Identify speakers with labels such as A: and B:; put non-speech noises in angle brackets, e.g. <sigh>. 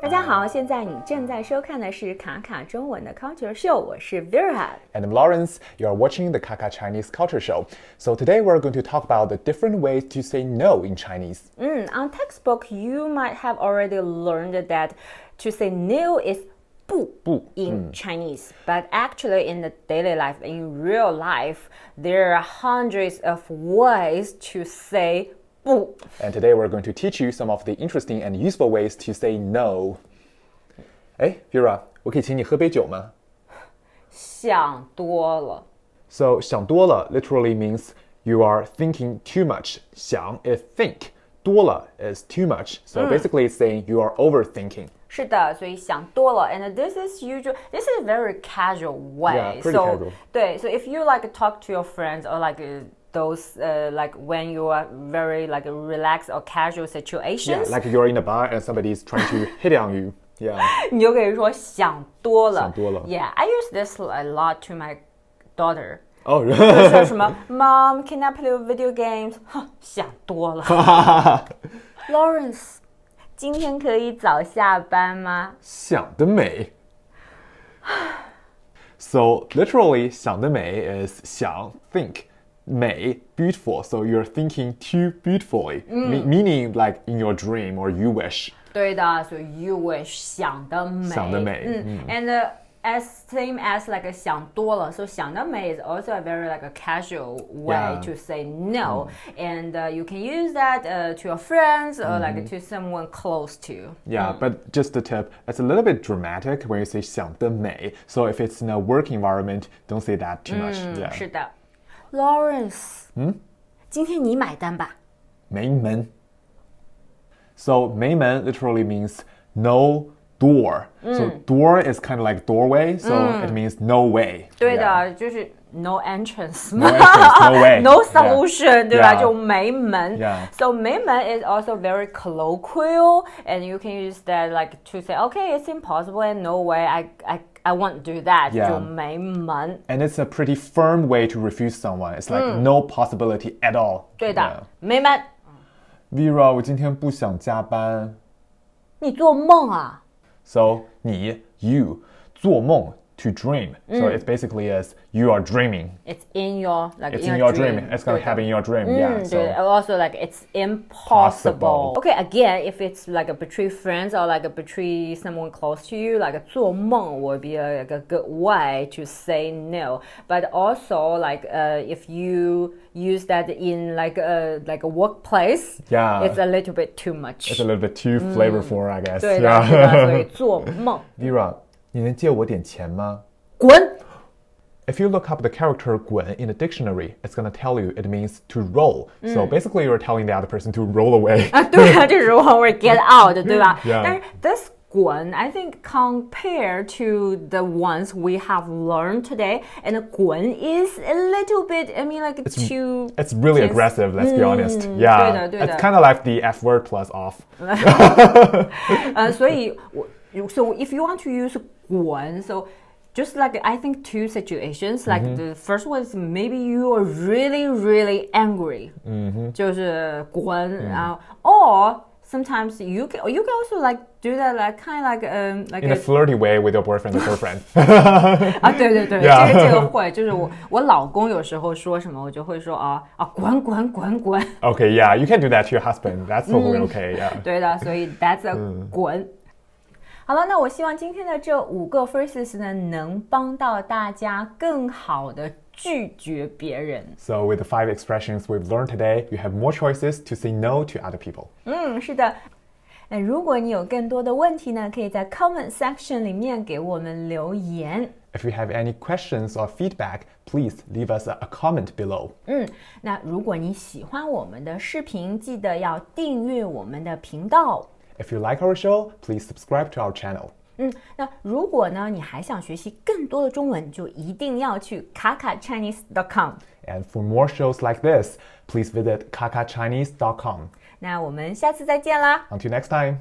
A: 大家好，现在你正在收看的是卡卡中文的 Culture Show，我是 Vera。
B: And I'm Lawrence, you are watching the Kaka Chinese Culture Show. So today we're going to talk about the different ways to say no in Chinese.
A: Mm, on textbook, you might have already learned that to say no is 不 in Chinese. But actually, in the daily life, in real life, there are hundreds of ways to say 不.
B: And today we're going to teach you some of the interesting and useful ways to say no. Eh, 哎，Vera，我可以请你喝杯酒吗？
A: 想多了。
B: So 想多了 literally means you are thinking too much. 想 is think, 多了 is too much. So basically it's saying you are overthinking.
A: 是的，所以想多了。And this is usual. This is very casual way.
B: Yeah, pretty
A: so
B: casual.
A: 对，so if you like talk to your friends or like uh, those uh, like when you are very like relaxed or casual
B: Yeah,
A: situations，、
B: like you're in a bar and somebody is trying to hit on you.
A: <laughs>
B: Yeah.
A: 你就可以说想多了。
B: 想多了
A: Yeah, I use this a lot to my
B: <laughs>
A: daughter.
B: Oh,
A: 说什么 Mom, can I play video games？哼 <laughs> 想多了。Lawrence，今天可以早下班吗？
B: 想得美. So literally 想得美 is 想 think 美 beautiful. So you're thinking too beautifully, me- meaning like in your dream or you wish.
A: 对的，所以 you wish 想得美，
B: 想得美
A: 嗯，and、as same as like 想多了，so 想得美 is also a very like a casual way
B: Yeah.
A: to say no, and、you uh, can use that、to uh, your friends or like
B: Mm-hmm。
A: to someone close to.
B: Yeah, but just a tip, it's a little bit dramatic when you say 想得美. So if it's in a work environment, don't say that too much.
A: 是
B: Yeah.
A: 的，Lawrence，嗯，今天你买单吧。
B: 没门. So 没门 literally means no door. So door is kind of like doorway, so it means no way.
A: 对的
B: Yeah.
A: 就是 no entrance <laughs>
B: No entrance, no way.
A: no
B: Yeah.
A: solution，、对吧
B: Yeah.
A: 就没门。
B: Yeah.
A: So 没门 is also very colloquial, and you can use that like to say, okay, it's impossible and no way, I I I won't do that，、
B: Yeah.
A: 就没门。
B: And it's a pretty firm way to refuse someone. It's like no possibility at
A: Mm.
B: all.
A: 对的没门，
B: Vera，我今天不想加班。
A: 你做梦啊！
B: So 你 you 做梦 to dream.
A: Mm.
B: So it basically is you are dreaming.
A: It's in your like
B: It's
A: in,
B: in your
A: dream.
B: dream. It's gonna
A: 对的
B: happen in your dream.
A: 嗯
B: Yeah.
A: 对
B: So
A: and also like it's impossible.
B: Possible.
A: Okay, again, if it's like a betray friends or like a betray someone close to you, like a 做梦 would be a, like a good way to say no. But also like uh, if you use that in like a like a workplace,
B: Yeah.
A: it's a Mm. little bit too much.
B: it's a little bit too flavorful, I guess.
A: 对的，是的，所以
B: <laughs> Yeah.
A: 做梦
B: Vera，你能借我点钱吗？
A: 滚。
B: If you look up the character 滚 in the dictionary, it's gonna tell you it means to roll. So
A: Mm.
B: basically, you're telling the other person to roll away.
A: 啊， <laughs> 对啊，这是我会 get out，对吧
B: Yeah.
A: 但是 this 滚，I think compared to the ones we have learned today, and 滚 is a little bit, I mean, like too.
B: It's really
A: Yes.
B: aggressive, let's be honest.
A: 对的，
B: Yeah.
A: 对的。
B: It's kind of like the F word plus off.
A: 呃，uh, 所以我，so if you want to use 滚，so. Just like I think two situations, like
B: Mm-hmm。
A: the first one is maybe you are really, really angry，、就是
B: Mm-hmm。
A: 滚，
B: Mm。
A: 然后 or sometimes you can you can also like do that like kind of like um like
B: In
A: a
B: a flirty way with your boyfriend or girlfriend. <laughs>
A: 啊，对对对，
B: Yeah.
A: 这个这个会，就是我我老公有时候说什么，我就会说啊啊滚滚滚滚， <laughs>
B: okay, yeah, you can do that to your husband. That's totally okay, yeah.
A: 对的，所以 that's a 滚。好了，那我希望今天的这五个 phrases 呢，能帮到大家更好的拒绝别人。
B: So, with the five expressions we've learned today, you have more choices to say no to other people.
A: 嗯，是的。那如果你有更多的问题呢，可以在 comment section 里面给我们留言。
B: If you have any questions or feedback, please leave us a, a comment below.
A: 嗯，那如果你喜欢我们的视频，记得要订阅我们的频道。
B: If you like our show, please subscribe to our channel.
A: 嗯，那如果呢，你还想学习更多的中文，就一定要去卡卡 Chinese.com。
B: And for more shows like this, please visit kakachinese.com.
A: 那我们下次再见啦！
B: Until next time.